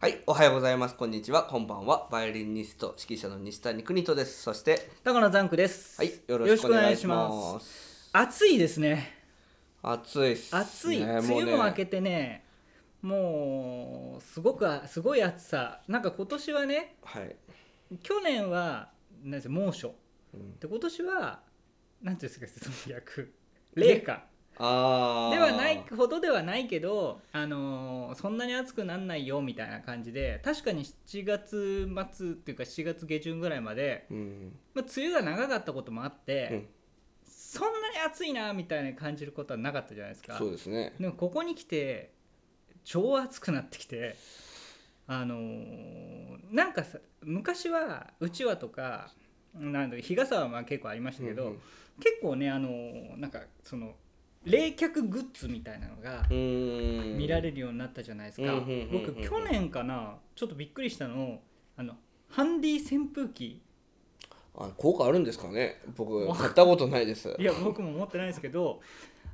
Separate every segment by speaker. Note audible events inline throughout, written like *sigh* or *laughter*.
Speaker 1: はい、おはようございます。こんにちは。こんばんは。バイオリニスト指揮者の西谷邦人です。そして、
Speaker 2: 高野ザンクです。。
Speaker 1: はい、よろしくお願いしますす。
Speaker 2: 暑いですね。
Speaker 1: 暑いっす、ね。
Speaker 2: 暑い。
Speaker 1: もうね
Speaker 2: 梅雨も明けてね、もうすごくあすごい暑さ。なんか今年はね、
Speaker 1: はい。
Speaker 2: 去年はなんですよ猛暑。
Speaker 1: うん
Speaker 2: で今年はなんていうんですか、その逆冷夏
Speaker 1: ああ。
Speaker 2: ではない。ほどではないけど、あのーそんなに暑くなんないよみたいな感じで、確かに7月末っていうか7月下旬ぐらいまで、
Speaker 1: うん。
Speaker 2: まあ梅雨が長かったこともあって。
Speaker 1: うん
Speaker 2: そんなに暑いなみたいな感じることはなかったじゃないですか
Speaker 1: そうですね。
Speaker 2: でもここに来て超暑くなってきてあのーなんかさ昔はうちわとかなんだ日傘はまあ結構ありましたけ
Speaker 1: う
Speaker 2: ど、
Speaker 1: ん
Speaker 2: 結構ねあのーなんかその冷却グッズみたいなのが
Speaker 1: うーん。
Speaker 2: 見られるようになったじゃないですか、
Speaker 1: うんうんうんうんうん
Speaker 2: 僕去年かなちょっとびっくりしたのあのハンディ扇風機
Speaker 1: あ、効果あるんですかね。僕買ったことないです。
Speaker 2: いや僕も持ってないですけど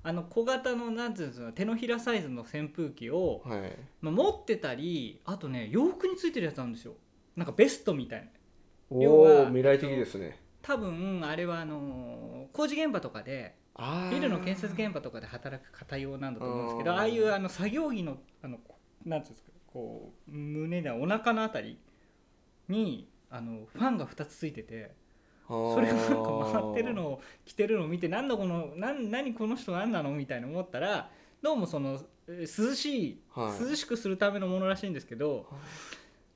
Speaker 2: あの小型のなんていうんですか手のひらサイズの扇風機を、
Speaker 1: はい。
Speaker 2: まあ、持ってたりあとね洋服についてるやつあるんですよなんかベストみたいな要
Speaker 1: お
Speaker 2: は
Speaker 1: お、未来的ですね。
Speaker 2: 多分あれはあのー工事現場とかで
Speaker 1: ああ。
Speaker 2: ビルの建設現場とかで働く方用なんだと思うんですけど
Speaker 1: あー
Speaker 2: ああいうあの作業着のあのこなんていうんですかこう胸でお腹のあたりにあのファンが2つついてて。そ
Speaker 1: そ
Speaker 2: れがなんか回ってるの。を着てるのを見て何だこのなん何この人何なのみたいな思ったらどうもそのえー涼しい、
Speaker 1: はい
Speaker 2: 涼しくするためのものらしいんですけど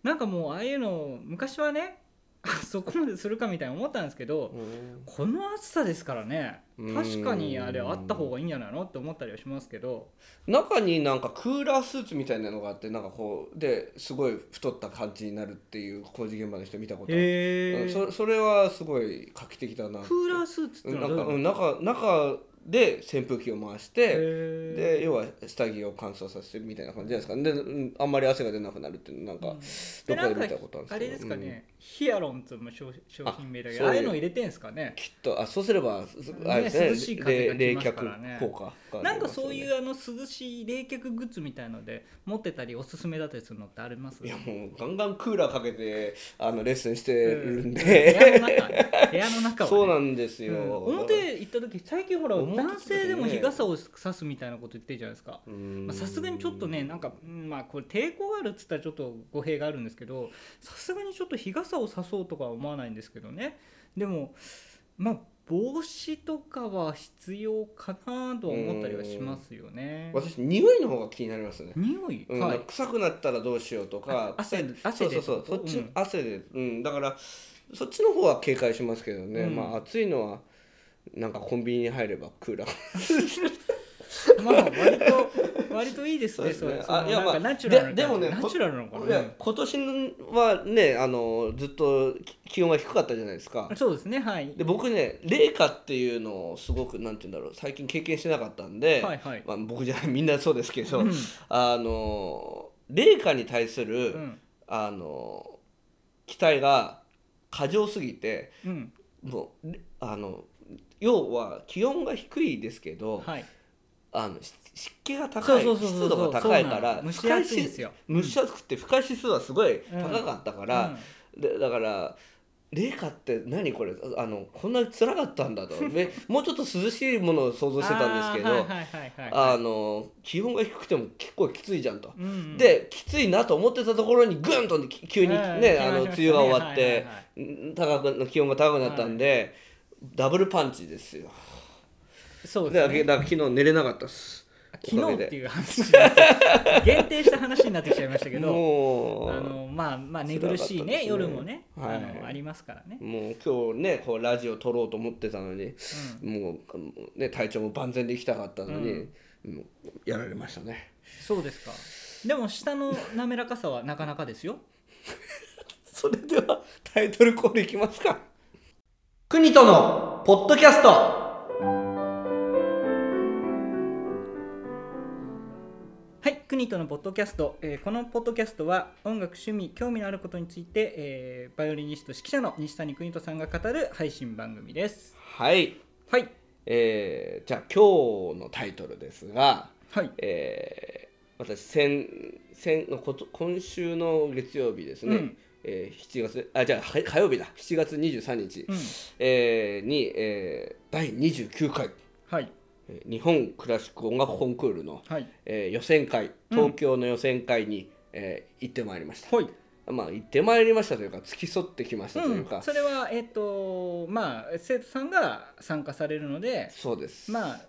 Speaker 2: なんかもうああいうの昔はね *laughs* そこまでするかみたいに思ったんですけど
Speaker 1: うん
Speaker 2: この暑さですからね
Speaker 1: うん
Speaker 2: 確かにあれあった方がいいんじゃないのって思ったりはしますけど
Speaker 1: 中になんかクーラースーツみたいなのがあってなんかこうですごい太った感じになるっていう工事現場の人見たことある、
Speaker 2: へ
Speaker 1: うん
Speaker 2: え
Speaker 1: そそれはすごい画期的だな
Speaker 2: クーラースーツって
Speaker 1: うん
Speaker 2: の
Speaker 1: な
Speaker 2: はど
Speaker 1: ん
Speaker 2: う
Speaker 1: かう
Speaker 2: いうんの
Speaker 1: 中中で扇風機を回して
Speaker 2: へー
Speaker 1: で要は下着を乾燥させるみたいな感じじゃないですかでうんあんまり汗が出なくなるっていうのなんか、
Speaker 2: う
Speaker 1: ど
Speaker 2: んでな
Speaker 1: こで
Speaker 2: んか
Speaker 1: 見たことあるんですけど
Speaker 2: あれですか
Speaker 1: うん
Speaker 2: ね、ヒアロンっていう商商品名だけ
Speaker 1: あ
Speaker 2: どあ
Speaker 1: そう
Speaker 2: あ
Speaker 1: いう
Speaker 2: いうの入れてんすかね
Speaker 1: きっとあそうすればすあれですね
Speaker 2: ね涼しい風が
Speaker 1: 冷
Speaker 2: 来
Speaker 1: 冷
Speaker 2: ますから
Speaker 1: 却
Speaker 2: ね
Speaker 1: 効果がありますよね
Speaker 2: なんかそういうあの涼しい冷却グッズみたいので持ってたりおすすめだったりするのってあります
Speaker 1: いやもうガンガンクーラーかけてあのレッスンしてるん
Speaker 2: 部
Speaker 1: で、
Speaker 2: 屋の中ね部屋の中は、ね、
Speaker 1: そうなんですよ、
Speaker 2: うん表行った時最近ほら
Speaker 1: 表
Speaker 2: 男性でも日傘を差すみたいなこと言ってるじゃないですか
Speaker 1: うん
Speaker 2: まあさすがにちょっとねなんかうんまあこれ抵抗があるっつったらちょっと語弊があるんですけどさすがにちょっと日傘を差そうとかは思わないんですけどねでもまあ帽子とかは必要かなとは思ったりはしますよね
Speaker 1: 私匂いの方が気になりますね、
Speaker 2: 匂い、
Speaker 1: うん
Speaker 2: はい
Speaker 1: 臭くなったらどうしようとか
Speaker 2: あ汗
Speaker 1: 臭い
Speaker 2: 汗で
Speaker 1: そうそうそうそっち、
Speaker 2: うん
Speaker 1: 汗でうんだからそっちの方は警戒しますけどね、
Speaker 2: うん
Speaker 1: まあ暑いのはなんかコンビニに入ればクーラー
Speaker 2: まあ割と割といいですね
Speaker 1: そうですね
Speaker 2: それ
Speaker 1: あいや
Speaker 2: なんか
Speaker 1: まあ
Speaker 2: ナチュラルな
Speaker 1: ででもね
Speaker 2: ナチュラルなのか
Speaker 1: いや
Speaker 2: な
Speaker 1: 今年はねあのずっとき気温が低かったじゃないですか
Speaker 2: うんそうですねはい
Speaker 1: で僕ね冷夏っていうのをすごくなんて言うんだろう最近経験してなかったんで、
Speaker 2: はいはい
Speaker 1: まあ、僕じゃないみんなそうですけど、
Speaker 2: うん
Speaker 1: あの冷夏に対する、
Speaker 2: うん
Speaker 1: あの期待が過剰すぎて
Speaker 2: うん
Speaker 1: もうれあの要は気温が低いですけど、
Speaker 2: はい
Speaker 1: あのし湿気が高い
Speaker 2: そうそうそうそ
Speaker 1: 湿
Speaker 2: う
Speaker 1: 度が高いか
Speaker 2: そうな
Speaker 1: ら
Speaker 2: の蒸し
Speaker 1: 不快
Speaker 2: 暑いんですよ
Speaker 1: 蒸し暑くて不快指数はすごい高かったから、
Speaker 2: うん
Speaker 1: でだから冷夏って何これあのこんな辛かったんだと
Speaker 2: *laughs*
Speaker 1: めもうちょっと涼しいものを想像してたんですけ
Speaker 2: あー
Speaker 1: ど
Speaker 2: はいはいはいはい
Speaker 1: あの気温が低くても結構きついじゃんと。
Speaker 2: うんうん
Speaker 1: できついなと思ってたところにグンとき急に
Speaker 2: うん
Speaker 1: ねあの
Speaker 2: 来ま
Speaker 1: 梅雨が
Speaker 2: した
Speaker 1: 終わっ
Speaker 2: はいはい
Speaker 1: て
Speaker 2: は
Speaker 1: ん高く気温が高くなったんでダブルパンチですよ
Speaker 2: いそう
Speaker 1: ですだ
Speaker 2: でね
Speaker 1: から昨日寝れなかったっす
Speaker 2: 昨日っていう話になって限定した話になってきちゃいましたけどあ
Speaker 1: もう
Speaker 2: のまあまあ寝苦し
Speaker 1: 辛
Speaker 2: い
Speaker 1: かったです
Speaker 2: ね
Speaker 1: ね
Speaker 2: 夜もね
Speaker 1: はい
Speaker 2: あのありますからね
Speaker 1: もう今日ねこうラジオ撮ろうと思ってたのに
Speaker 2: う
Speaker 1: もうね体調も万全でいきたかったのに
Speaker 2: う
Speaker 1: もうやられましたね
Speaker 2: そうですかでも下の滑らかさはなかなかですよ
Speaker 1: それではタイトルコールいきますか国とのポッドキャスト
Speaker 2: はい、国とのポッドキャスト、えーこのポッドキャストは音楽趣味興味のあることについて、えーバイオリニスト指揮者の西谷邦人さんが語る配信番組です。
Speaker 1: はい
Speaker 2: はい、
Speaker 1: えーじゃあ今日のタイトルですが
Speaker 2: はい、
Speaker 1: えー私先先のこと今週の月曜日ですね、
Speaker 2: うん
Speaker 1: えー7月あじゃあは火曜日だ7月23日、
Speaker 2: うん
Speaker 1: えーに、えー第29回
Speaker 2: はい
Speaker 1: えー日本クラシック音楽コンクールの、
Speaker 2: はい
Speaker 1: えー予選会東京の予選会に、えー行ってまいりました、
Speaker 2: ほい、
Speaker 1: まあ行ってまいりましたというか付き添ってきましたというか、
Speaker 2: うん、それはえっ、とまあ生徒さんが参加されるので
Speaker 1: そうです、
Speaker 2: まあ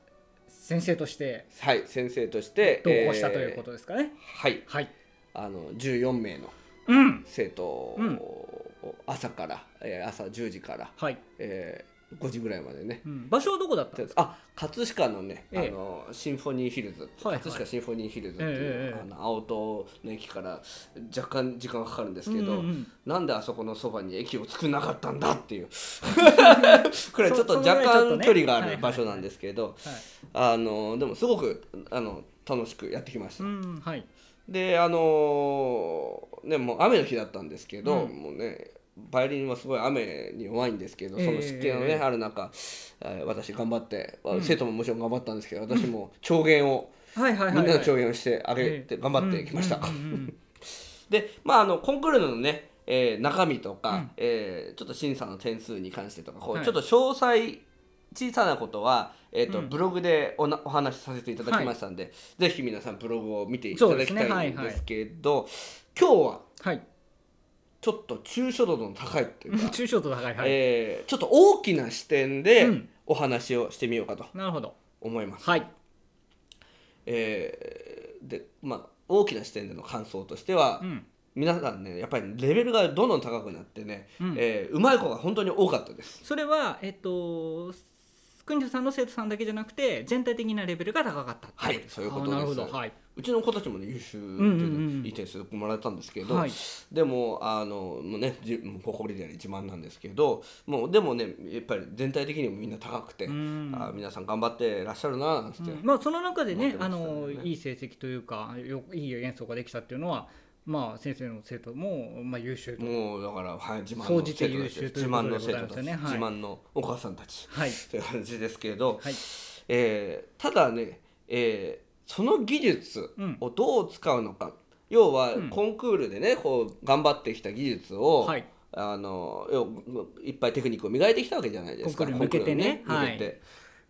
Speaker 2: 先生として
Speaker 1: はい先生として
Speaker 2: 同行したということですかね
Speaker 1: え、ーはい
Speaker 2: はい
Speaker 1: あの14名の
Speaker 2: うん
Speaker 1: 生徒を
Speaker 2: うん
Speaker 1: 朝から、えー朝10時から、
Speaker 2: はい、
Speaker 1: えー5時ぐらいまでね
Speaker 2: うん、場所はどこだったんですか
Speaker 1: あ葛飾のね、
Speaker 2: ええ
Speaker 1: あのシンフォニーヒルズ、
Speaker 2: はいはい
Speaker 1: 葛飾シンフォニーヒルズっていう、
Speaker 2: ええええ
Speaker 1: あの青戸の駅から若干時間がかかるんですけど、
Speaker 2: うんうんうん
Speaker 1: なんであそこのそばに駅を作らなかったんだって
Speaker 2: *laughs*
Speaker 1: いうこれ
Speaker 2: そ
Speaker 1: ちょっと
Speaker 2: そのぐ
Speaker 1: 若
Speaker 2: らいちょっと
Speaker 1: 干
Speaker 2: ね
Speaker 1: 距離が
Speaker 2: は
Speaker 1: あ
Speaker 2: いはいは
Speaker 1: る
Speaker 2: い
Speaker 1: 場所なんですけど、
Speaker 2: はい
Speaker 1: あのでもすごくあの楽しくやってきました
Speaker 2: う。んはい
Speaker 1: であのねもう雨の日だったんですけど、
Speaker 2: うん
Speaker 1: もうねバイオリンはすごい雨に弱いんですけど、
Speaker 2: ええ
Speaker 1: その湿気のね、
Speaker 2: ええ
Speaker 1: ある中あ私頑張って、
Speaker 2: うん
Speaker 1: 生徒ももちろん頑張ったんですけど私も調減を、
Speaker 2: はいはいはいは
Speaker 1: み
Speaker 2: い
Speaker 1: んなの調減をしてあげて頑張ってきました。
Speaker 2: うんうんうんうん
Speaker 1: でまああのコンクールのね、えー中身とか、
Speaker 2: うん
Speaker 1: えーちょっと審査の点数に関してとかこう、
Speaker 2: はい
Speaker 1: ちょっと詳細小さなことは、えーと
Speaker 2: うん
Speaker 1: ブログでおなお話しさせていただきましたんで、ぜひ皆さんブログを見ていた
Speaker 2: そう
Speaker 1: だ
Speaker 2: で
Speaker 1: き
Speaker 2: すね
Speaker 1: たいん
Speaker 2: はいはい
Speaker 1: ですけど、今日は
Speaker 2: *laughs* はい
Speaker 1: ちょっと抽象度の高いっていうか、
Speaker 2: 抽象度高いはい、
Speaker 1: えーちょっと大きな視点で
Speaker 2: うん
Speaker 1: お話をしてみようかと
Speaker 2: なるほど
Speaker 1: 思います。
Speaker 2: はい
Speaker 1: えーでまあ大きな視点での感想としては、
Speaker 2: うん
Speaker 1: 皆さんねやっぱりレベルがどんどん高くなってね、う
Speaker 2: うん
Speaker 1: えーうまい子が本当に多かったです
Speaker 2: それはえっと国女さんの生徒さんだけじゃなくて全体的なレベルが高かったって
Speaker 1: はいそういうことです
Speaker 2: あーなるほどはいう
Speaker 1: ちの子たちもね優秀でね、
Speaker 2: んうんうん
Speaker 1: いい点数もらえたんですけど、
Speaker 2: はい
Speaker 1: でもあのもうねじもう誇りであり自慢なんですけどもうでもねやっぱり全体的にもみんな高くて、
Speaker 2: うん
Speaker 1: あー皆さん頑張ってらっしゃるなーなんつって、
Speaker 2: うんまあ、その中で
Speaker 1: 思って
Speaker 2: ね
Speaker 1: ま
Speaker 2: あ
Speaker 1: したね
Speaker 2: のいい成績というかよいい演奏ができたっていうのは、まあ、先生の生徒も、まあ、優秀と、
Speaker 1: もうだから、はい、自慢
Speaker 2: 総
Speaker 1: の
Speaker 2: じ
Speaker 1: 生
Speaker 2: て
Speaker 1: 徒
Speaker 2: 優
Speaker 1: たち
Speaker 2: 秀と
Speaker 1: 自
Speaker 2: いう
Speaker 1: 慢
Speaker 2: ことで
Speaker 1: の
Speaker 2: ご
Speaker 1: 生
Speaker 2: ざい
Speaker 1: 徒たち、
Speaker 2: ますよねはい
Speaker 1: 自慢のお母さんたち、
Speaker 2: はい
Speaker 1: という感じですけど、
Speaker 2: はい
Speaker 1: えーただね、えーその技術
Speaker 2: うん
Speaker 1: をどう使うのか、要は
Speaker 2: うん
Speaker 1: コンクールでねこう頑張ってきた技術を、
Speaker 2: はい
Speaker 1: あの要いっぱいテクニックを磨いてきたわけじゃないですか
Speaker 2: コンクールに向けてね
Speaker 1: コンクールに向けて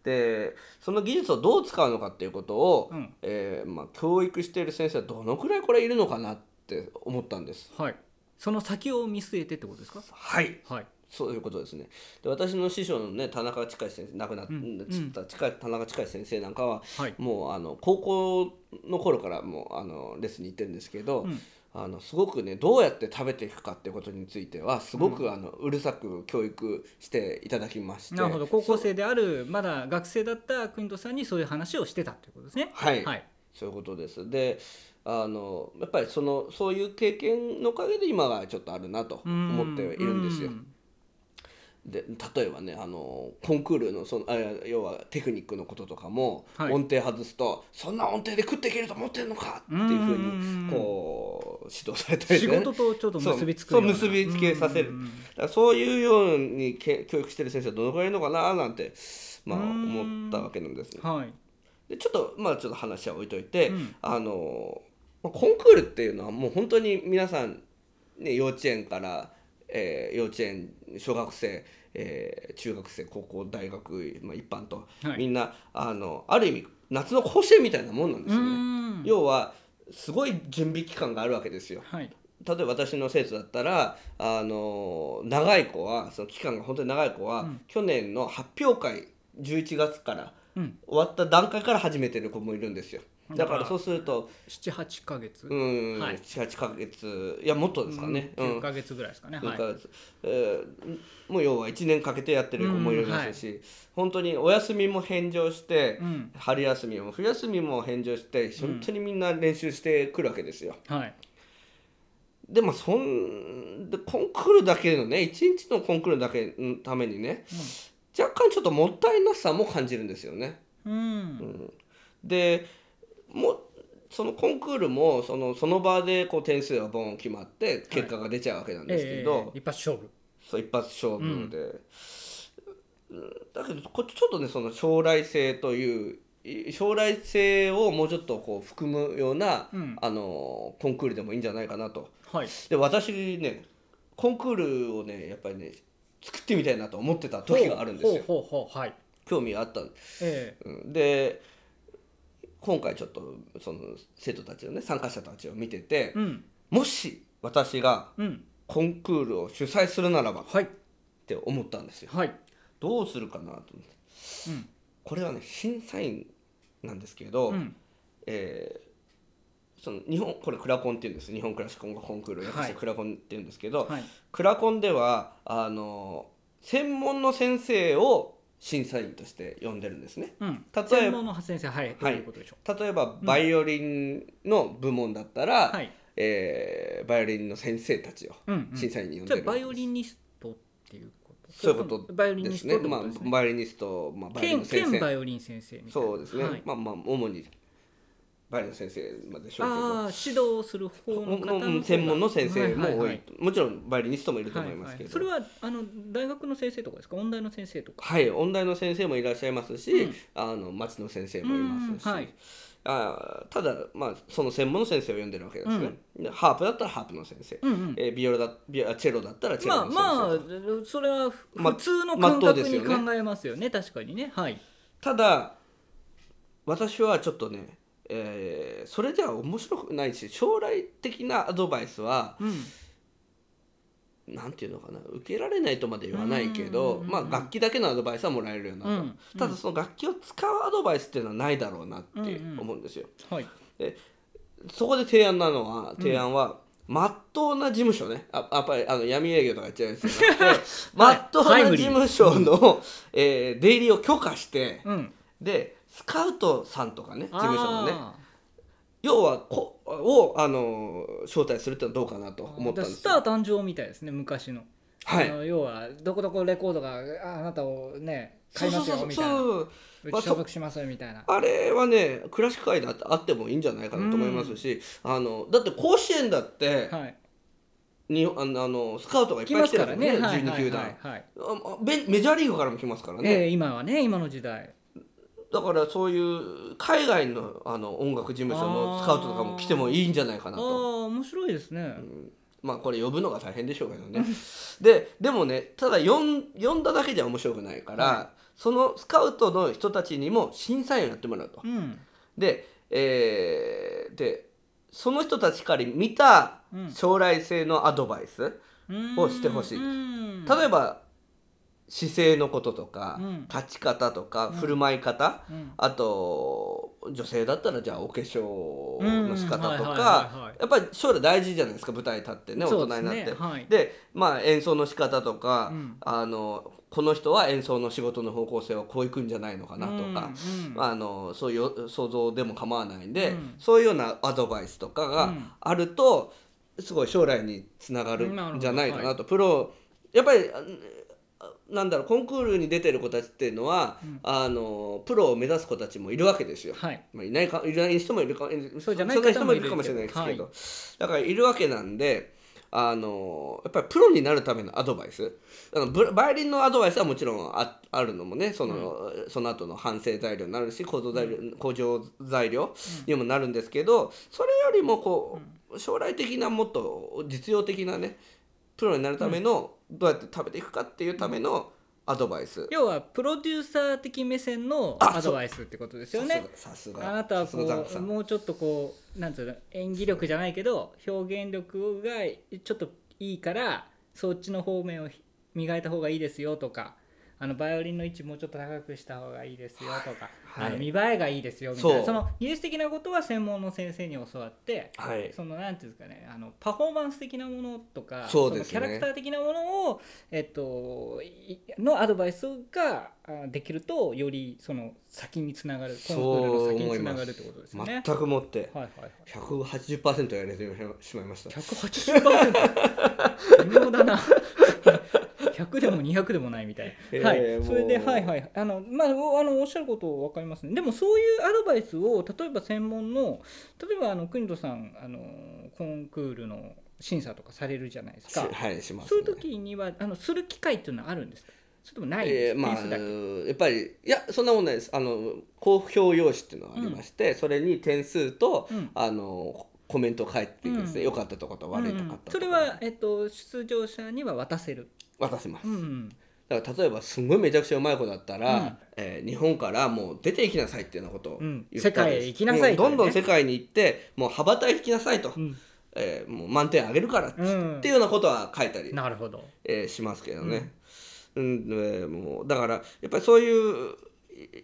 Speaker 1: でその技術をどう使うのかっていうことを、
Speaker 2: うん
Speaker 1: えーまあ、教育している先生はどのくらいこれいるのかなって思ったんです。
Speaker 2: はい、その先を見据えてってことですか、
Speaker 1: はい
Speaker 2: はい
Speaker 1: そういうことですね。で私の師匠のね田中近い先生亡くなっ
Speaker 2: うん
Speaker 1: ちった近い田中近い先生なんかは
Speaker 2: はい
Speaker 1: もうあの高校の頃からもうあのレッスンに行ってるんですけど、
Speaker 2: うん
Speaker 1: あのすごくねどうやって食べていくかってことについてはすごくあのうるさく教育していただきまして、
Speaker 2: なるほど高校生であるまだ学生だった国戸さんにそういう話をしてたということですね。
Speaker 1: はい
Speaker 2: はい
Speaker 1: そういうことです。であのやっぱりそのそういう経験のおかげで今がちょっとあるなと思っているんですよ
Speaker 2: う。ん
Speaker 1: で例えばねあのコンクールのそのあ要はテクニックのこととかも、
Speaker 2: はい
Speaker 1: 音程外すとそんな音程で食っていけると思ってんのかっていうふう
Speaker 2: うんうんうん
Speaker 1: にこう指導されたり
Speaker 2: 仕
Speaker 1: ね
Speaker 2: 事とちょっと結びつく
Speaker 1: そう
Speaker 2: ような
Speaker 1: そう結びつけさせる
Speaker 2: うんうんうん
Speaker 1: だからそういうようにけ教育してる先生はどのくらいいるのかななんて、まあ、
Speaker 2: うん
Speaker 1: 思ったわけなんですね。
Speaker 2: はい
Speaker 1: でちょっとまあちょっと話は置いといて、
Speaker 2: うん
Speaker 1: あのまあコンクールっていうのはもう本当に皆さん、ね、幼稚園から、えー幼稚園小学生、えー中学生高校大学、まあ、一般と、
Speaker 2: はい
Speaker 1: みんなあのある意味夏の甲子園みたいなもんなんですよ
Speaker 2: う
Speaker 1: ね。
Speaker 2: ん
Speaker 1: 要はすごい準備期間があるわけですよ。
Speaker 2: はい
Speaker 1: 例えば私の生徒だったらあの長い子はその期間が本当に長い子は、
Speaker 2: うん
Speaker 1: 去年の発表会11月から
Speaker 2: うん
Speaker 1: 終わった段階から始めてる子もいるんですよだからそうすると
Speaker 2: 78ヶ月、
Speaker 1: うーん、
Speaker 2: はい
Speaker 1: 78ヶ月いやもっとですかね、うん
Speaker 2: 9ヶ月ぐらいですかね、
Speaker 1: 9
Speaker 2: はい
Speaker 1: ヶ月えーもう要は1年かけてやってる子もいるですし、本当にお休みも返上して、
Speaker 2: うん
Speaker 1: 春休みも冬休みも返上して本当にみんな練習してくるわけですよ。
Speaker 2: はい
Speaker 1: でもそんでコンクールだけのね一日のコンクールだけのためにね、若干ちょっともったいなさも感じるんですよね。
Speaker 2: うん
Speaker 1: でもうそのコンクールもそのその場でこう点数がボン決まって結果が出ちゃうわけなんですけど、
Speaker 2: ええ一発勝負
Speaker 1: そう一発勝負で、うんだけどこっちちょっとねその将来性というい将来性をもうちょっとこう含むような、
Speaker 2: うん
Speaker 1: あのコンクールでもいいんじゃないかなと
Speaker 2: はい
Speaker 1: で私ねコンクールをねやっぱりね作ってみたいなと思ってた時があるんですよ
Speaker 2: ほうほうほうほうはい
Speaker 1: 興味があった、
Speaker 2: え
Speaker 1: うんで今回ちょっとその生徒たちのね参加者たちを見てて
Speaker 2: え、うん
Speaker 1: もし私が
Speaker 2: うん
Speaker 1: コンクールを主催するならばっ
Speaker 2: はい
Speaker 1: て思ったんですよ
Speaker 2: はい
Speaker 1: どうするかなと思って
Speaker 2: うん
Speaker 1: これはね審査員なんですけど、
Speaker 2: うん
Speaker 1: えーその日本これクラコンっていうんです日本クラシック音楽コンクールを略し
Speaker 2: は
Speaker 1: て
Speaker 2: い
Speaker 1: クラコンっていうんですけど、
Speaker 2: はい
Speaker 1: クラコンではあの専門の先生を審査員として呼んでるんですね
Speaker 2: うん
Speaker 1: 例えば
Speaker 2: 専門の先生はいどう
Speaker 1: はい
Speaker 2: いうことでしょ
Speaker 1: 例えばバイオリンの部門だったら、
Speaker 2: うはい
Speaker 1: えーバイオリンの先生たちを
Speaker 2: うんうん
Speaker 1: 審査員に呼んで
Speaker 2: じゃあ
Speaker 1: る、
Speaker 2: バイオリニストっていうこと
Speaker 1: そういうこと
Speaker 2: バイオリ
Speaker 1: で
Speaker 2: ニ
Speaker 1: す
Speaker 2: スト
Speaker 1: ね
Speaker 2: ってこ
Speaker 1: まあ
Speaker 2: とですね、
Speaker 1: バイオリニスト、まあ、バイオリンの先
Speaker 2: 兼兼バ
Speaker 1: 生
Speaker 2: イオリン先生みたいな
Speaker 1: そうですね、
Speaker 2: はい
Speaker 1: まあまあ主にバイオリンの先生までしょうけど
Speaker 2: ああ指導する方の方の方
Speaker 1: の
Speaker 2: が
Speaker 1: 専門の先生も多い,、
Speaker 2: はいはいはい
Speaker 1: もちろんバイオリニストもいると思いますけど、
Speaker 2: はいはい、それはあの大学の先生とかですか音大の先生とか
Speaker 1: はい音大の先生もいらっしゃいますし、
Speaker 2: うん
Speaker 1: あの町の先生もいますし、
Speaker 2: うんはい
Speaker 1: あーただ、まあ、その専門の先生を読んでるわけですね、でハープだったらハープの先生、
Speaker 2: うんうん
Speaker 1: えービオラだビオチェロだったらチェ
Speaker 2: ま
Speaker 1: ロ
Speaker 2: あ
Speaker 1: の先生、
Speaker 2: まあそれはふ
Speaker 1: ま
Speaker 2: 普通の
Speaker 1: まっ
Speaker 2: 感
Speaker 1: とうで
Speaker 2: 覚
Speaker 1: すよ
Speaker 2: に
Speaker 1: ね
Speaker 2: 考えますよね,、確かにねはい
Speaker 1: ただ私はちょっとね、えーそれじゃ面白くないし将来的なアドバイスは
Speaker 2: うん
Speaker 1: なんていうのかな受けられないとまで言わないけど、
Speaker 2: うん
Speaker 1: まあ、楽器だけのアドバイスはもらえるよなと、
Speaker 2: うん
Speaker 1: ただその楽器を使うアドバイスっていうのはないだろうなって思うんですよ。
Speaker 2: はい
Speaker 1: そこで提案なのは提案は、まっとうな事務所ねあやっぱりあの闇営業とかやっちゃうやつじゃ
Speaker 2: *laughs*
Speaker 1: なくて、まっとう
Speaker 2: タイ
Speaker 1: な
Speaker 2: ム
Speaker 1: 事
Speaker 2: リー
Speaker 1: 務所の、えー出入りを許可して、
Speaker 2: うん
Speaker 1: でスカウトさんとかね事務所のね
Speaker 2: あ
Speaker 1: 要はこをあの招待するってのはどうかなと
Speaker 2: ー
Speaker 1: 思ったんで
Speaker 2: だからス
Speaker 1: す
Speaker 2: タ
Speaker 1: よ。
Speaker 2: ー誕生みたいですね昔の,、
Speaker 1: はい
Speaker 2: あの要はどこどこレコードがああなたをね
Speaker 1: そ
Speaker 2: 買
Speaker 1: う
Speaker 2: いま
Speaker 1: そうそう
Speaker 2: すよみたいな
Speaker 1: そう
Speaker 2: う
Speaker 1: まあ
Speaker 2: ち所属しますよみたいな
Speaker 1: あれはねクラシック界であってあってもいいんじゃないかなと思いますし、あのだって甲子園だって、
Speaker 2: はい
Speaker 1: にあのあのスカウトがいっ
Speaker 2: 来
Speaker 1: ぱい
Speaker 2: ま
Speaker 1: 来
Speaker 2: す
Speaker 1: て
Speaker 2: か
Speaker 1: るからら
Speaker 2: ね
Speaker 1: ね
Speaker 2: はい
Speaker 1: 12
Speaker 2: はい
Speaker 1: 球
Speaker 2: はい
Speaker 1: 団、
Speaker 2: はい
Speaker 1: ああメメジャーリーグからも来ますから
Speaker 2: え
Speaker 1: ね、
Speaker 2: え今はね今の時代
Speaker 1: だからそういう海外のあの音楽事務所のスカウトとかも来てもいいんじゃないか
Speaker 2: ああ
Speaker 1: なと。
Speaker 2: ー面白いですね、
Speaker 1: まあこれ呼ぶのが大変でしょうけどね *laughs* ででもねただ呼ん呼んだだけじゃ面白くないから、そのスカウトの人たちにも審査員をやってもらうと、
Speaker 2: うん
Speaker 1: で,、えーでその人たちから見た
Speaker 2: うん
Speaker 1: 将来性のアドバイス、をしてほしい
Speaker 2: うん
Speaker 1: 例えば姿勢のこととか、
Speaker 2: うん
Speaker 1: 立ち方とか振る舞い方、
Speaker 2: うん
Speaker 1: あと女性だったらじゃあお化粧の仕方と
Speaker 2: うんはいはいはいは
Speaker 1: か
Speaker 2: い
Speaker 1: やっぱり将来大事じゃないですか舞台立ってね大
Speaker 2: そ
Speaker 1: 人
Speaker 2: うで
Speaker 1: に
Speaker 2: すね
Speaker 1: なって。
Speaker 2: はい
Speaker 1: でまあ演奏の仕方とか、
Speaker 2: うん
Speaker 1: あのこの人は演奏の仕事の方向性はこういくんじゃないのかなとか、
Speaker 2: うんうん
Speaker 1: あのそういう想像でも構わないんで、
Speaker 2: うん
Speaker 1: そういうようなアドバイスとか
Speaker 2: う
Speaker 1: が
Speaker 2: ん
Speaker 1: あると、すごい将来につながる
Speaker 2: なるほど
Speaker 1: んじゃないかなと、
Speaker 2: は
Speaker 1: プロやっぱりあんなんだろうコンクールに出てる子たちっていうのは、あのプロを目指す子たちもいるわけですよ。
Speaker 2: はい
Speaker 1: まあ、いないかいない人もいるか
Speaker 2: そうじゃない
Speaker 1: そんな
Speaker 2: 方
Speaker 1: 人
Speaker 2: も
Speaker 1: も
Speaker 2: い
Speaker 1: い
Speaker 2: る
Speaker 1: るかも
Speaker 2: けど
Speaker 1: しれないですけど、だからいるわけなんであのやっぱりプロになるためのアドバイスあのブバイオリンのアドバイスはもちろんああるのもねその、その後の反省材料になるし構造材料、向上材料にもなるんですけどそれよりもこう、将来的なもっと実用的なねプロになるための、どうやって食べていくかっていうためのアドバイス、
Speaker 2: 要はプロデューサー的目線の
Speaker 1: あそう
Speaker 2: アドバイスってことですよね
Speaker 1: さすがさすが
Speaker 2: あなたは
Speaker 1: さすがザン
Speaker 2: こ
Speaker 1: ク
Speaker 2: う
Speaker 1: さん
Speaker 2: もうちょっとこうなんつうの演技力じゃないけど表現力がちょっといいからそっちの方面をひ磨いた方がいいですよとかあのバイオリンの位置もうちょっと高くした方がいいですよとか、
Speaker 1: はい
Speaker 2: あの見栄えがいいですよみたいな
Speaker 1: そ
Speaker 2: そうの技術的なことは専門の先生に教わって
Speaker 1: はい
Speaker 2: そのなんていうんですかねあのパフォーマンス的なものとか
Speaker 1: そうですね
Speaker 2: のキャラクター的なものを、えっと、いのアドバイスがあできるとよりその先につながるコンクールの先につながるってことですよね。
Speaker 1: 全くもって
Speaker 2: はいはいはい
Speaker 1: 180%やれてしまいました
Speaker 2: 180%微妙だな *laughs* 100でも200でもないみたいな、
Speaker 1: えー
Speaker 2: はい、
Speaker 1: もう
Speaker 2: それではいはいあのまあおあのおっしゃること分かりますねでもそういうアドバイスを例えば専門の例えばあの国戸さんあのコンクールの審査とかされるじゃないですか
Speaker 1: はいします
Speaker 2: そうい
Speaker 1: ね
Speaker 2: う時にはあのする機会っていうのはあるんですかそれともない
Speaker 1: え
Speaker 2: です
Speaker 1: ーま
Speaker 2: 点数だけ
Speaker 1: あやっぱりいやそんなもんないですあの公表用紙っていうのがありまして、それに点数と、
Speaker 2: うん
Speaker 1: あのコメントを書いていくんですね、
Speaker 2: うん
Speaker 1: 良かったとこと悪いとかあったとこ
Speaker 2: それは、えっと、出場者には渡せる、
Speaker 1: 渡します、
Speaker 2: うんうん
Speaker 1: だから例えばすんごいめちゃくちゃうまい子だったら、
Speaker 2: うん
Speaker 1: えー日本からもう出ていきなさいっていうようなことを
Speaker 2: うん
Speaker 1: 言ったんです
Speaker 2: 世界へ行きなさいと
Speaker 1: も
Speaker 2: ね
Speaker 1: うどんどん世界に行ってもう羽ばたいていきなさいと、
Speaker 2: うん
Speaker 1: えーもう満点あげるからっつって,、
Speaker 2: うん
Speaker 1: いうようなことは書いたり
Speaker 2: なるほど、
Speaker 1: えーしますけどね、うんえーもうだからやっぱりそういう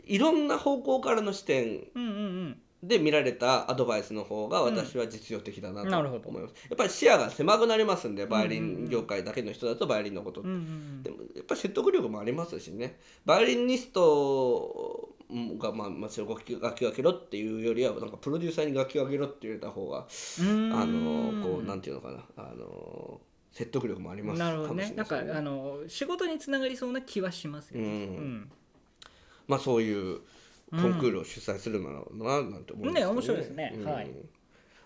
Speaker 1: いいろんな方向からの視点
Speaker 2: うんうん
Speaker 1: で見られたアドバイスの方が
Speaker 2: うん
Speaker 1: 私は実用的だなと
Speaker 2: なるほど
Speaker 1: 思います、やっぱり視野が狭くなりますんでバイオリン業界だけの人だとバイオリンのことっ
Speaker 2: うん
Speaker 1: て
Speaker 2: うんう
Speaker 1: で
Speaker 2: ん
Speaker 1: もやっぱり説得力もありますしねバイオリニストが、まあ、もちろん楽器楽器をあげろっていうよりはなんかプロデューサーに楽器をあげろって言えた方が
Speaker 2: うん
Speaker 1: あのこうなんていうのかなあの説得力もあります
Speaker 2: なるほどね
Speaker 1: かも
Speaker 2: なん
Speaker 1: しれない
Speaker 2: か
Speaker 1: ですね
Speaker 2: あの仕事につながりそうな気はしますよね、
Speaker 1: うんまあそういうコンクールを主催するのだろうななんて思うんけど
Speaker 2: ね面白いですねはい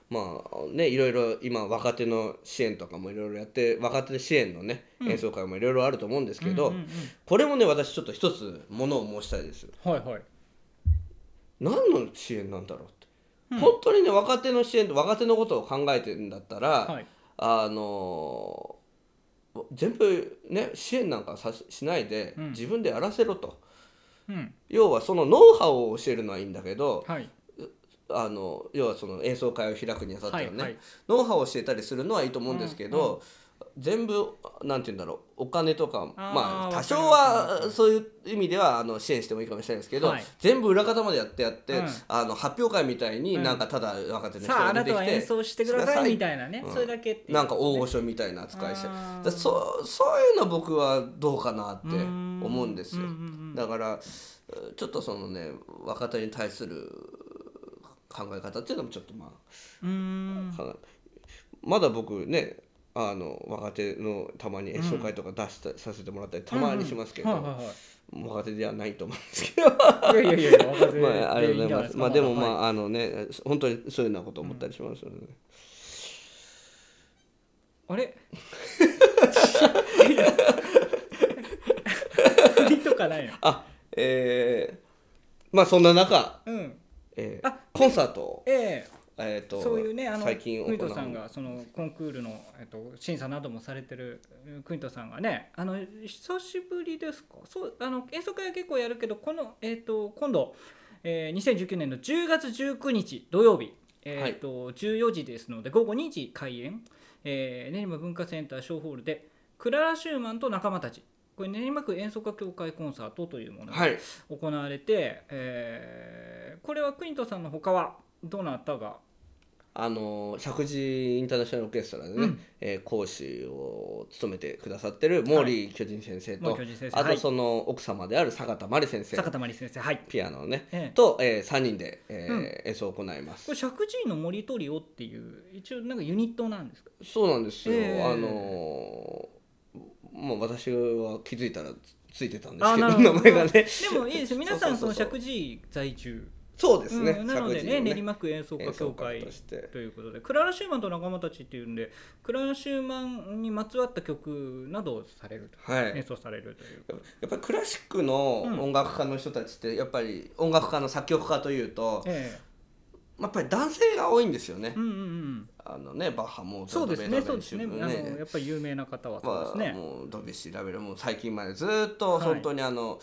Speaker 1: まあねいろいろ今若手の支援とかもいろいろやって若手支援のね演奏会もいろいろあると思うんですけど、
Speaker 2: うんうんうん
Speaker 1: これもね私ちょっと一つものを申したいです
Speaker 2: はいはい
Speaker 1: 何の支援なんだろうって、本当にね若手の支援と若手のことを考えてるんだったら、
Speaker 2: はい
Speaker 1: あのー全部ね支援なんかさししないで、
Speaker 2: うん
Speaker 1: 自分でやらせろと
Speaker 2: うん
Speaker 1: 要はそのノウハウを教えるのはいいんだけど
Speaker 2: はい
Speaker 1: あの要はその演奏会を開くにあたってはね、
Speaker 2: はいはい
Speaker 1: ノウハウを教えたりするのはいいと思うんですけど、全部なんて言うんだろうお金とか
Speaker 2: あー
Speaker 1: ま
Speaker 2: わ
Speaker 1: あ
Speaker 2: かる
Speaker 1: 多少
Speaker 2: わかる
Speaker 1: はそういう意味ではあの支援してもいいかもしれないですけど、
Speaker 2: はい
Speaker 1: 全部裏方までやってやって、
Speaker 2: うん
Speaker 1: あの発表会みたいになんかただ若手の人
Speaker 2: さあ
Speaker 1: が
Speaker 2: あな
Speaker 1: 出て
Speaker 2: た
Speaker 1: き
Speaker 2: は
Speaker 1: て、
Speaker 2: 演奏してくださいみたいなね、
Speaker 1: うん
Speaker 2: それだけっていう
Speaker 1: なんか大御所みたいな扱いして
Speaker 2: あー
Speaker 1: だそうそういうの僕はどうかなって思うんですよ
Speaker 2: うーんうんうんうん
Speaker 1: だからちょっとそのね若手に対する考え方っていうのもちょっとま
Speaker 2: うーん
Speaker 1: あ、考えまだ僕ねあの若手のたまに演奏会とか出した、させてもらったりたまにしますけど、
Speaker 2: はいはいはい
Speaker 1: 若手ではないと思うんですけど
Speaker 2: いやいやいや、若手
Speaker 1: *laughs* まあ、ありがとうございます。まあ、でも、ま
Speaker 2: あ、
Speaker 1: あ、あのね、本当にそういうようなこと思ったりしますよね。*laughs*
Speaker 2: あれ。 *laughs* 振りとかないの。
Speaker 1: あ、えー、まあ、そんな中、
Speaker 2: うん、
Speaker 1: えー
Speaker 2: あ
Speaker 1: コンサートを、
Speaker 2: ええ
Speaker 1: えーと
Speaker 2: そういうね、あの、
Speaker 1: 最近行
Speaker 2: クイトさ
Speaker 1: うん
Speaker 2: が、そのコンクールの、えっと、審査などもされてる。クイトさんがね、あの、久しぶりですか。そう、あの、演奏会は結構やるけど、この、えっと、今度。えー、2019年の10月19日土曜日、えーと14時ですので午後2時開演、えー練馬文化センター小ホールでクララ・シューマンと仲間たちこれ練馬区演奏家協会コンサートというものが
Speaker 1: はい、
Speaker 2: 行われて、えーこれはクイントさんの他はどなたが
Speaker 1: あの石神井インターナショナルオーケストラでね、
Speaker 2: うん
Speaker 1: えー講師を務めてくださってる毛利巨人先生と、
Speaker 2: はい毛利巨人先生
Speaker 1: あ
Speaker 2: は
Speaker 1: と
Speaker 2: い
Speaker 1: その奥様である坂田真理先生
Speaker 2: 坂田真理先生はい
Speaker 1: ピアノをね、
Speaker 2: ええ
Speaker 1: と、えー、3人で、えー
Speaker 2: う
Speaker 1: 演奏を行います
Speaker 2: これ石神井の森トリオっていう一応なんかユニットなんですか
Speaker 1: そうなんですよ、
Speaker 2: ええ
Speaker 1: あのーまあ私は気づいたらつついてたんですけど
Speaker 2: あなる
Speaker 1: 名
Speaker 2: ほど
Speaker 1: 前がね
Speaker 2: でもいいですよ皆さんそ
Speaker 1: そう
Speaker 2: の
Speaker 1: そうそう
Speaker 2: 石神井在住
Speaker 1: そうですね、
Speaker 2: うんなので
Speaker 1: 石
Speaker 2: ね
Speaker 1: 神井
Speaker 2: 練馬区演奏家協会
Speaker 1: 演奏家として
Speaker 2: ということでクララ・シューマンと仲間たちっていうんでクララ・シューマンにまつわった曲などをされると、
Speaker 1: はい、
Speaker 2: 演奏されるという
Speaker 1: やっぱりクラシックの音楽家の人たちってやっぱり音楽家の作曲家というと
Speaker 2: え
Speaker 1: やっぱり男性が多いんですよね
Speaker 2: え、うんうんうん
Speaker 1: あのねバッハモーツ
Speaker 2: そ
Speaker 1: ァ
Speaker 2: う
Speaker 1: ルト
Speaker 2: ですね
Speaker 1: ベートー
Speaker 2: そう
Speaker 1: ベン
Speaker 2: です
Speaker 1: シ
Speaker 2: ね
Speaker 1: ュ
Speaker 2: あ
Speaker 1: ーベン
Speaker 2: のやっぱり有名な方はそうで
Speaker 1: は
Speaker 2: すね、
Speaker 1: もうドビュッシーラベルもう最近までずっと本当にあの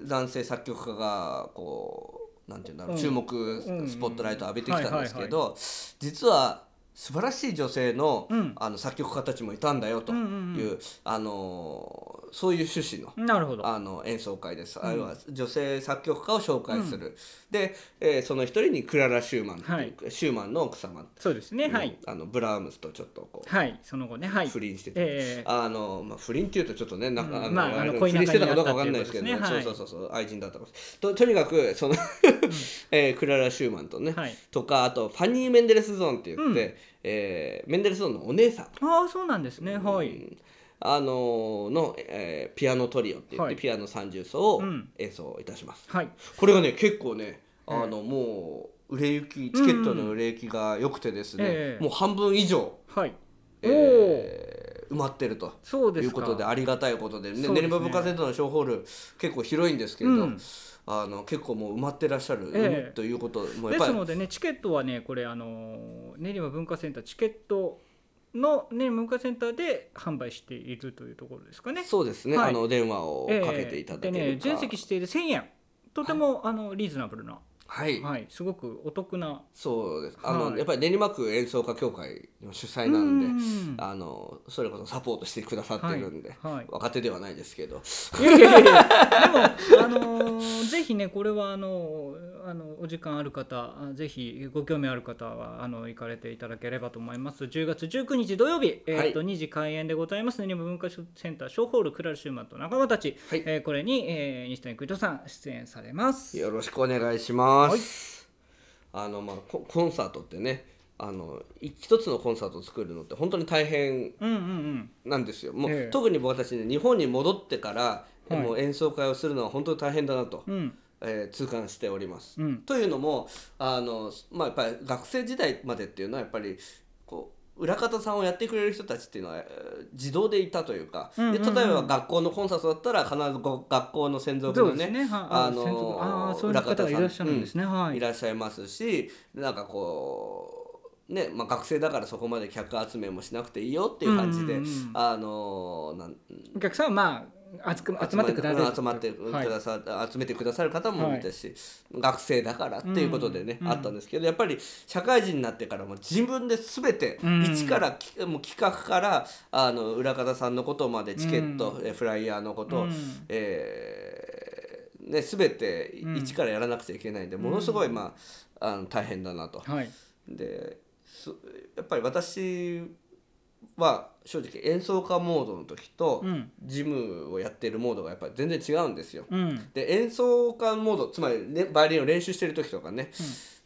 Speaker 1: 男性作曲家がこうなんていうんだろ
Speaker 2: う
Speaker 1: うん注目
Speaker 2: うん
Speaker 1: スポットライトを浴びてきたんですけ
Speaker 2: は
Speaker 1: ど実は素晴らしい女性の
Speaker 2: うん
Speaker 1: あの作曲家たちもいたんだよと
Speaker 2: うんうん
Speaker 1: いうあのそういう趣旨の
Speaker 2: なるほど
Speaker 1: あの演奏会です、あるいは女性作曲家を紹介する、で、えーその一人にクララ・シューマンっていう、シューマンの奥様って
Speaker 2: そうですね
Speaker 1: いう、
Speaker 2: はい
Speaker 1: あのブラームスとちょっとこ
Speaker 2: はいその後ねは
Speaker 1: う
Speaker 2: い
Speaker 1: 不倫してて、
Speaker 2: ええ
Speaker 1: あのまあ、不倫っていうとちょっとねなんか、
Speaker 2: うんまああの
Speaker 1: 不
Speaker 2: 恋
Speaker 1: 倫
Speaker 2: 仲に
Speaker 1: してたかどうかわかんないですけど、
Speaker 2: なったっていう
Speaker 1: そ
Speaker 2: こ
Speaker 1: う
Speaker 2: と
Speaker 1: そうそうそう愛人だったかもしれないととにかくその、 *laughs* えークララ・シューマンとね、
Speaker 2: はい
Speaker 1: とかあとファニー・メンデレスゾーンって言って、
Speaker 2: う
Speaker 1: えーメンデレスゾーンのお姉さん
Speaker 2: ああそうなんですねは
Speaker 1: う
Speaker 2: い
Speaker 1: んあのの、えーピアノトリオって言って、
Speaker 2: はい
Speaker 1: ピアノ30奏を
Speaker 2: うん
Speaker 1: 演奏いたします、
Speaker 2: はい
Speaker 1: これがね結構ねあの、もう売れ行きチケットの売れ行きが良くてですね、
Speaker 2: ええ
Speaker 1: もう半分以上、
Speaker 2: はいおお
Speaker 1: えー埋まってると。
Speaker 2: そう
Speaker 1: と
Speaker 2: で
Speaker 1: い
Speaker 2: す
Speaker 1: う
Speaker 2: か
Speaker 1: ことでありがたいことでね
Speaker 2: そうですね
Speaker 1: 練馬文化センターの小ホール結構広いんですけれど、
Speaker 2: うん
Speaker 1: あの結構もう埋まってらっしゃる、
Speaker 2: ええ
Speaker 1: ということもや
Speaker 2: で
Speaker 1: っぱ
Speaker 2: す
Speaker 1: り
Speaker 2: のでねチケットはねこれあの練馬文化センターチケットの練馬文化センターで販売しているというところですかね。
Speaker 1: そうですね、
Speaker 2: はい
Speaker 1: あの電話を
Speaker 2: ええ
Speaker 1: かけていただけるか、
Speaker 2: でね全席指定で1000円とても、あのリーズナブルな、
Speaker 1: はい、
Speaker 2: はい、すごくお得な
Speaker 1: そうですあの、
Speaker 2: はい
Speaker 1: やっぱり練馬区演奏家協会の主催なんで、
Speaker 2: うん
Speaker 1: あのそれこそサポートしてくださってるんで、
Speaker 2: はいはい
Speaker 1: 若手ではないですけど
Speaker 2: いやいやいやいやでも、あのーぜひねこれはあのーあのお時間ある方あぜひご興味ある方はあの行かれていただければと思います10月19日土曜日、えーと2時開演でございます練馬文化センター小ホールクラルシューマンと仲間たち、
Speaker 1: はい
Speaker 2: えーこれに、えー西谷邦人さん出演されます
Speaker 1: よろしくお願いします。あのまあココンサートってねあのい一つのコンサートを作るのって本当に大変
Speaker 2: うんうんうん
Speaker 1: なんですよもう、
Speaker 2: ええ
Speaker 1: 特に僕たちね日本に戻ってから、
Speaker 2: はい
Speaker 1: もう演奏会をするのは本当に大変だなと、
Speaker 2: うん
Speaker 1: えー痛感しております。
Speaker 2: うん
Speaker 1: というのもあの、まあ、やっぱり学生時代までっていうのはやっぱりこう裏方さんをやってくれる人たちっていうのは、えー自動でいたというか、
Speaker 2: うんうんうん
Speaker 1: で例えば学校のコンサートだったら必ずご学校の専属
Speaker 2: そ
Speaker 1: の
Speaker 2: うで
Speaker 1: ね
Speaker 2: すねはい
Speaker 1: あ
Speaker 2: 専属あ
Speaker 1: の
Speaker 2: ーそういう方がいらっしゃるんですね、
Speaker 1: うん
Speaker 2: はいい
Speaker 1: らっしゃいますしなんかこうねまあ、学生だからそこまで客集めもしなくていいよっていう感じで、
Speaker 2: うんうんうん
Speaker 1: あのなん
Speaker 2: お客さんはまあ集く集まってくださ
Speaker 1: う
Speaker 2: る
Speaker 1: ん集まってく
Speaker 2: はい
Speaker 1: ださ、集めてくださる方もいたし、学生だからっていうことでね、
Speaker 2: うん
Speaker 1: あったんですけどやっぱり社会人になってからも自分で全て、
Speaker 2: うん
Speaker 1: 一からきもう企画からあの裏方さんのことまでチケット、えフライヤーのこと、
Speaker 2: うん
Speaker 1: えーね、全て一からやらなくちゃいけないんで、ものすごい、まあ、あの大変だなと。
Speaker 2: はい
Speaker 1: ですやっぱり私は正直演奏家モードの時と、
Speaker 2: うん
Speaker 1: ジムをやってるモードがやっぱり全然違うんですよ。
Speaker 2: うん
Speaker 1: で演奏家モードつまり、ね、バイオリンを練習してる時とかね、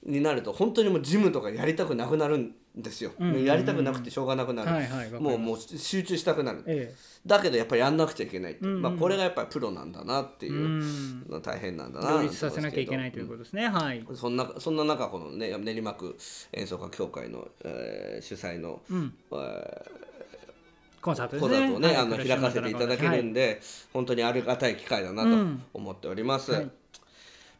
Speaker 1: になると本当にもうジムとかやりたくなくなるんですよ。
Speaker 2: うんうんうん
Speaker 1: もうやりたくなくてしょうがなくなる。
Speaker 2: はいはいわかります
Speaker 1: もうもう集中したくなる。
Speaker 2: え
Speaker 1: だけどやっぱりやんなくちゃいけないって、
Speaker 2: うんうん
Speaker 1: まあ、これがやっぱりプロなんだなって
Speaker 2: え
Speaker 1: いうう、
Speaker 2: ん
Speaker 1: の大変なんだな
Speaker 2: 両立
Speaker 1: と
Speaker 2: さ
Speaker 1: 思
Speaker 2: せ
Speaker 1: うんで
Speaker 2: な
Speaker 1: す
Speaker 2: き
Speaker 1: け
Speaker 2: ゃい
Speaker 1: ど
Speaker 2: けないということですね。はい。
Speaker 1: そんなそんな中このね練馬区演奏家協会の、えー主催の、
Speaker 2: うん。
Speaker 1: えー
Speaker 2: コンサートです
Speaker 1: 講
Speaker 2: ね。
Speaker 1: 座をね、あの
Speaker 2: は
Speaker 1: 開かせていただけるんで、本当にありがたい機会だなと
Speaker 2: うん
Speaker 1: 思っております。
Speaker 2: はい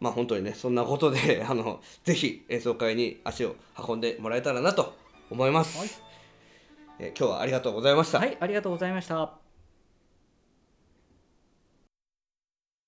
Speaker 1: まあ本当にねそんなことで *laughs* あのぜひ演奏会に足を運んでもらえたらなと思います。
Speaker 2: はい
Speaker 1: えー今日はありがとうございました。
Speaker 2: はい、ありがとうございました。